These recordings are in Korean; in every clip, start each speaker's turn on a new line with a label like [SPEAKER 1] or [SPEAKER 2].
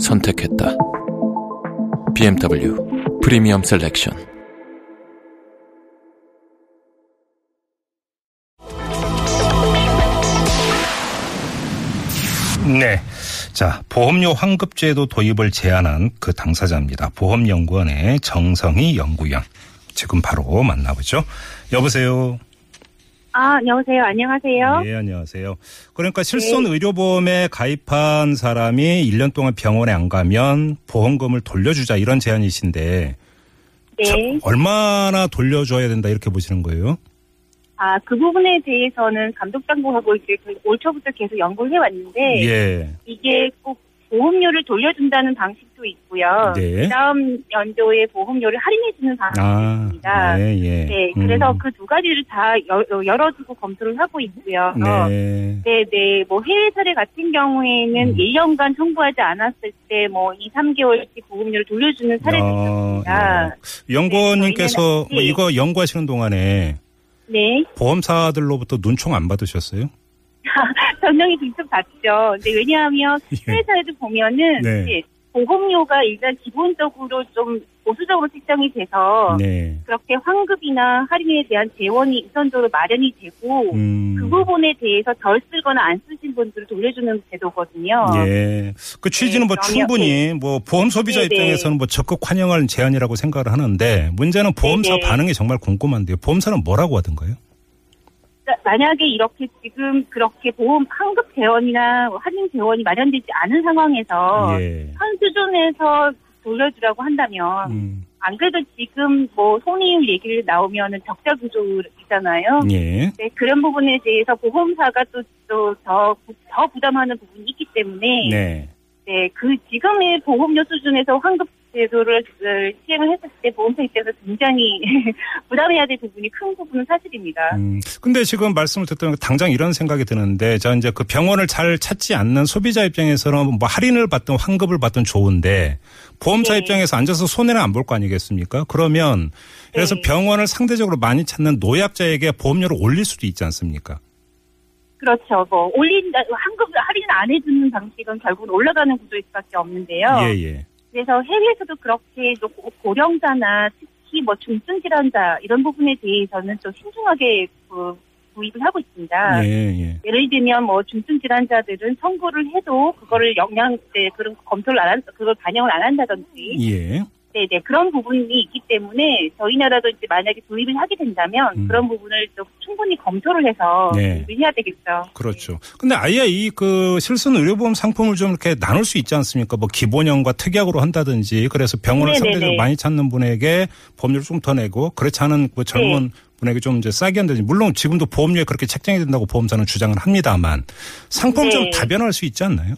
[SPEAKER 1] 선택했다. BMW 프리미엄 셀렉션.
[SPEAKER 2] 네. 자, 보험료 환급제도 도입을 제안한 그 당사자입니다. 보험연구원의 정성희 연구위원. 지금 바로 만나보죠. 여보세요.
[SPEAKER 3] 아, 안녕하세요. 안녕하세요.
[SPEAKER 2] 예, 안녕하세요. 그러니까 실손
[SPEAKER 3] 네.
[SPEAKER 2] 의료보험에 가입한 사람이 1년 동안 병원에 안 가면 보험금을 돌려주자 이런 제안이신데 예,
[SPEAKER 3] 네.
[SPEAKER 2] 얼마나 돌려줘야 된다 이렇게 보시는 거예요?
[SPEAKER 3] 아, 그 부분에 대해서는 감독당국하고 이제 그 올 초부터 계속 연구를 해왔는데,
[SPEAKER 2] 예.
[SPEAKER 3] 이게 꼭 보험료를 돌려준다는 방식도 있고요.
[SPEAKER 2] 네.
[SPEAKER 3] 그 다음 연도에 보험료를 할인해주는 방식도
[SPEAKER 2] 아,
[SPEAKER 3] 있습니다.
[SPEAKER 2] 예, 예.
[SPEAKER 3] 네, 그래서
[SPEAKER 2] 음.
[SPEAKER 3] 그 두 가지를 다 여, 여러 두고 검토를 하고 있고요. 어,
[SPEAKER 2] 네.
[SPEAKER 3] 네, 네. 뭐 해외 사례 같은 경우에는
[SPEAKER 2] 음.
[SPEAKER 3] 1년간 청구하지 않았을 때 뭐 2, 3개월씩 보험료를 돌려주는 사례도
[SPEAKER 2] 어,
[SPEAKER 3] 있습니다.
[SPEAKER 2] 예. 연구원님께서
[SPEAKER 3] 네, 저희는-
[SPEAKER 2] 뭐 이거 연구하시는 동안에
[SPEAKER 3] 네.
[SPEAKER 2] 보험사들로부터 눈총 안 받으셨어요?
[SPEAKER 3] 전형이 직접 봤죠. 근데 왜냐하면 회사에도 보면은
[SPEAKER 2] 예. 네.
[SPEAKER 3] 이제 보험료가 일단 기본적으로 좀 보수적으로 책정이 돼서
[SPEAKER 2] 네.
[SPEAKER 3] 그렇게 환급이나 할인에 대한 재원이 우선적으로 마련이 되고
[SPEAKER 2] 음.
[SPEAKER 3] 그 부분에 대해서 덜 쓰거나 안 쓰신 분들을 돌려주는 제도거든요.
[SPEAKER 2] 예. 그 취지는 뭐
[SPEAKER 3] 그러면-
[SPEAKER 2] 충분히 뭐 보험 소비자
[SPEAKER 3] 네, 네.
[SPEAKER 2] 입장에서는 뭐 적극 환영할 제안이라고 생각을 하는데 문제는 보험사
[SPEAKER 3] 네, 네.
[SPEAKER 2] 반응이 정말 궁금한데요. 보험사는 뭐라고 하던가요?
[SPEAKER 3] 그러니까 만약에 이렇게 지금 그렇게 보험 환급 재원이나 할인 재원이 마련되지 않은 상황에서
[SPEAKER 2] 예.
[SPEAKER 3] 현 수준에서 돌려주라고 한다면
[SPEAKER 2] 음.
[SPEAKER 3] 안 그래도 지금 뭐 손해율 얘기를 나오면은 적자 구조이잖아요.
[SPEAKER 2] 예.
[SPEAKER 3] 네, 그런 부분에 대해서 보험사가 또또더 더 부담하는 부분이 있기 때문에
[SPEAKER 2] 네.
[SPEAKER 3] 네, 그 지금의 보험료 수준에서 환급 제도를 어, 시행을 했을 때 보험사 입장에서 굉장히 부담해야 될 부분이 큰 부분은 사실입니다.
[SPEAKER 2] 음. 근데 지금 말씀을 듣다 보니까 당장 이런 생각이 드는데 저 이제 그 병원을 잘 찾지 않는 소비자 입장에서는 뭐 할인을 받든 환급을 받든 좋은데 보험사
[SPEAKER 3] 네.
[SPEAKER 2] 입장에서 앉아서 손해는 안 볼 거 아니겠습니까? 그러면 그래서
[SPEAKER 3] 네.
[SPEAKER 2] 병원을 상대적으로 많이 찾는 노약자에게 보험료를 올릴 수도 있지 않습니까?
[SPEAKER 3] 그렇죠. 뭐 올린다 환급 할인 안 해주는 방식은 결국은 올라가는 구조일 수밖에 없는데요.
[SPEAKER 2] 예, 예.
[SPEAKER 3] 그래서 해외에서도 그렇게 또 고- 고령자나 특히 뭐 중증 질환자 이런 부분에 대해서는 좀 신중하게 그 구입을 하고 있습니다.
[SPEAKER 2] 예, 예.
[SPEAKER 3] 예를 들면 뭐 중증 질환자들은 청구를 해도 그거를 영양제 네, 그런 검토를 안 한, 그걸 반영을 안 한다든지
[SPEAKER 2] 예.
[SPEAKER 3] 네네 그런 부분이 있기 때문에 저희 나라도 이제 만약에 도입을 하게 된다면
[SPEAKER 2] 음.
[SPEAKER 3] 그런 부분을 좀 충분히 검토를 해서
[SPEAKER 2] 네.
[SPEAKER 3] 도입을 해야 되겠죠.
[SPEAKER 2] 그렇죠. 근데 아예 이 그 실손 의료보험 상품을 좀 이렇게 나눌 수 있지 않습니까? 뭐 기본형과 특약으로 한다든지 그래서 병원을
[SPEAKER 3] 네네네.
[SPEAKER 2] 상대적으로 많이 찾는 분에게 보험료를 좀 더 내고 그렇지 않은
[SPEAKER 3] 네.
[SPEAKER 2] 뭐 젊은 분에게 좀 이제 싸게 한다든지 물론 지금도 보험료에 그렇게 책정이 된다고 보험사는 주장을 합니다만 상품 좀
[SPEAKER 3] 네.
[SPEAKER 2] 다변화할 수 있지 않나요?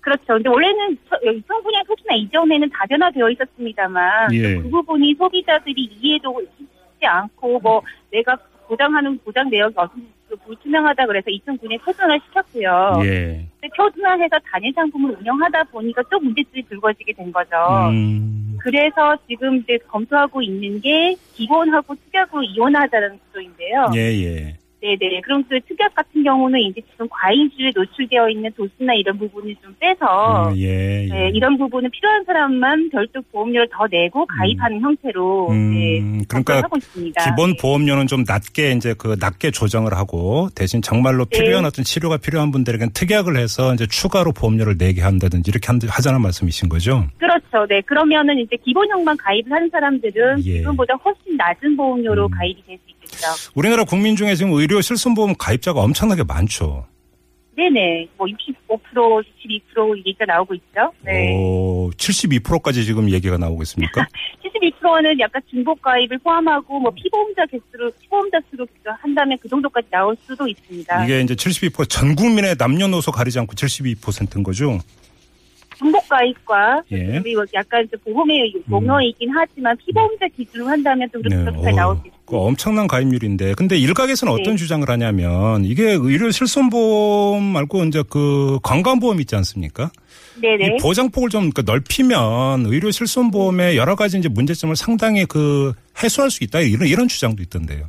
[SPEAKER 3] 그렇죠. 근데 원래는 처- 여기 청소년 소주나 이전에는 다변화되어 있었습니다만
[SPEAKER 2] 예.
[SPEAKER 3] 그 부분이 소비자들이 이해도 쉽지 않고 뭐 내가 보장하는 보장 내역이 어떤 불투명하다 그래서 2009년에 표준화 시켰고요.
[SPEAKER 2] 예.
[SPEAKER 3] 근데 표준화해서 단일 상품을 운영하다 보니까 또 문제점이 불거지게 된 거죠.
[SPEAKER 2] 음.
[SPEAKER 3] 그래서 지금 이제 검토하고 있는 게 기본하고 특약으로 이원하자는 구조인데요.
[SPEAKER 2] 예, 예.
[SPEAKER 3] 네네. 그럼 그 특약 같은 경우는 이제 지금 과잉주에 노출되어 있는 도수나 이런 부분을 좀 빼서
[SPEAKER 2] 음, 예, 예.
[SPEAKER 3] 네, 이런 부분은 필요한 사람만 별도 보험료를 더 내고 가입하는 형태로
[SPEAKER 2] 음,
[SPEAKER 3] 네,
[SPEAKER 2] 그러니까
[SPEAKER 3] 접근하고 있습니다. 네,
[SPEAKER 2] 기본 보험료는 좀 낮게 이제 그 낮게 조정을 하고 대신 정말로
[SPEAKER 3] 네.
[SPEAKER 2] 필요한 어떤 치료가 필요한 분들에게는 특약을 해서 이제 추가로 보험료를 내게 한다든지 이렇게 한- 하자는 말씀이신 거죠?
[SPEAKER 3] 그렇죠. 네, 그러면은 이제 기본형만 가입을 하는 사람들은
[SPEAKER 2] 예.
[SPEAKER 3] 지금보다 훨씬 낮은 보험료로
[SPEAKER 2] 음.
[SPEAKER 3] 가입이 될 수 있겠죠.
[SPEAKER 2] 우리나라 국민 중에 지금 의료 실손보험 가입자가 엄청나게 많죠.
[SPEAKER 3] 네네. 뭐 65%, 62% 얘기가 나오고 있죠. 네.
[SPEAKER 2] 오, 72%까지 지금 얘기가 나오고 있습니까?
[SPEAKER 3] 72%는 약간 중복 가입을 포함하고 뭐 피보험자 개수로 피보험자 수로 한다면 그 정도까지 나올 수도 있습니다.
[SPEAKER 2] 이게 이제 72%전 국민의 남녀노소 가리지 않고 72%인 거죠?
[SPEAKER 3] 중복 가입과
[SPEAKER 2] 예. 음.
[SPEAKER 3] 우리 약간 좀 보험의 용어이긴 하지만 피보험자 기준으로 한다면 좀 그렇게 잘
[SPEAKER 2] 네. 어우,
[SPEAKER 3] 나올 수 있습니다.
[SPEAKER 2] 그거 엄청난 가입률인데 근데 일각에서는
[SPEAKER 3] 네.
[SPEAKER 2] 어떤 주장을 하냐면 이게 의료 실손보험 말고 이제 그 건강보험 있지 않습니까?
[SPEAKER 3] 네네.
[SPEAKER 2] 이 보장폭을 좀그 넓히면 의료 실손보험의 여러 가지 이제 문제점을 상당히 그 해소할 수 있다 이런 이런 주장도 있던데요.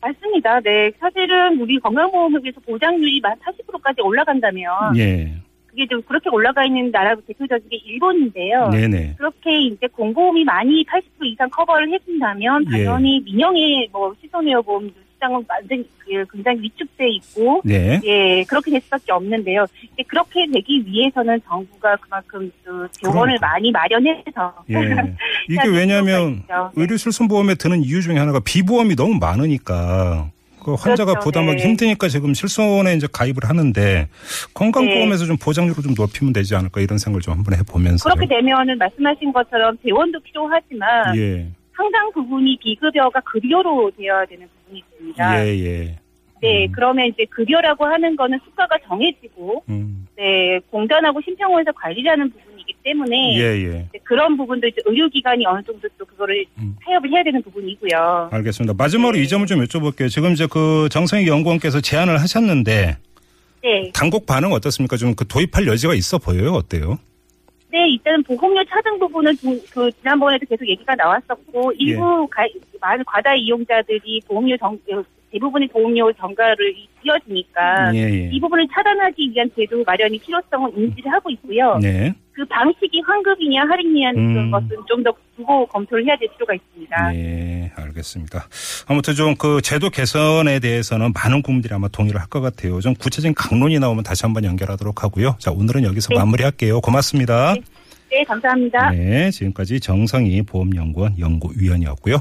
[SPEAKER 3] 맞습니다. 네. 사실은 우리 건강보험에 비해서 보장률이 막 40%까지 올라간다면
[SPEAKER 2] 예,
[SPEAKER 3] 그게 좀 그렇게 올라가 있는 나라 대표적인 게 일본인데요.
[SPEAKER 2] 네네.
[SPEAKER 3] 그렇게 이제 공보험이 많이 80% 이상 커버를 해준다면
[SPEAKER 2] 예.
[SPEAKER 3] 당연히 민영의 뭐 시손의료보험 시장은 완전히 그 굉장히 위축돼 있고
[SPEAKER 2] 네.
[SPEAKER 3] 예 그렇게 될 수밖에 없는데요. 이제 그렇게 되기 위해서는 정부가 그만큼 그 지원을
[SPEAKER 2] 그러니까.
[SPEAKER 3] 많이 마련해서
[SPEAKER 2] 예. 이게
[SPEAKER 3] 해야 될
[SPEAKER 2] 왜냐하면
[SPEAKER 3] 필요가 있죠.
[SPEAKER 2] 의료실손보험에 드는 이유 중에 하나가 비보험이 너무 많으니까 그 환자가
[SPEAKER 3] 그렇죠.
[SPEAKER 2] 부담하기
[SPEAKER 3] 네.
[SPEAKER 2] 힘드니까 지금 실손에 이제 가입을 하는데 건강보험에서 좀 보장률을 좀 높이면 되지 않을까 이런 생각을 좀 한번 해보면서
[SPEAKER 3] 네. 그렇게 되면은 말씀하신 것처럼 재원도 필요하지만
[SPEAKER 2] 예,
[SPEAKER 3] 상당 부분이 비급여가 급여로 되어야 되는 부분이 있습니다.
[SPEAKER 2] 예, 예.
[SPEAKER 3] 네,
[SPEAKER 2] 음.
[SPEAKER 3] 그러면 이제 급여라고 하는 거는 수가가 정해지고
[SPEAKER 2] 음.
[SPEAKER 3] 네, 공단하고 심평원에서 관리하는 부분이기 때문에
[SPEAKER 2] 예, 예.
[SPEAKER 3] 이제 그런 부분도 이제 의료기관이 어느 정도 또 그거를
[SPEAKER 2] 음. 아.
[SPEAKER 3] 타협을 해야 되는 부분이고요.
[SPEAKER 2] 알겠습니다. 마지막으로
[SPEAKER 3] 네.
[SPEAKER 2] 이 점을 좀 여쭤볼게요. 지금 이제 그 정성희 연구원께서 제안을 하셨는데
[SPEAKER 3] 네,
[SPEAKER 2] 당국 반응 어떻습니까? 좀 그 도입할 여지가 있어 보여요? 어때요?
[SPEAKER 3] 네 일단 보험료 차등 부분은 좀- 그 지난번에도 계속 얘기가
[SPEAKER 2] 예.
[SPEAKER 3] 나왔었고 일부 가, 많은 과다 이용자들이 보험료 정 어, 대부분의 보험료 정가를 이어지니까
[SPEAKER 2] 예, 예.
[SPEAKER 3] 이 부분을 차단하기 위한 제도 마련이 필요성을 인지를 하고 있고요.
[SPEAKER 2] 네.
[SPEAKER 3] 그 방식이 환급이냐 할인이냐는
[SPEAKER 2] 음.
[SPEAKER 3] 것은 좀 더 두고 검토를 해야 될 필요가 있습니다.
[SPEAKER 2] 예, 알겠습니다. 아무튼 좀 그 제도 개선에 대해서는 많은 국민들이 아마 동의를 할 것 같아요. 좀 구체적인 강론이 나오면 다시 한번 연결하도록 하고요. 자, 오늘은 여기서
[SPEAKER 3] 네.
[SPEAKER 2] 마무리할게요. 고맙습니다.
[SPEAKER 3] 네, 감사합니다.
[SPEAKER 2] 네, 지금까지 정성희 보험연구원 연구위원이었고요.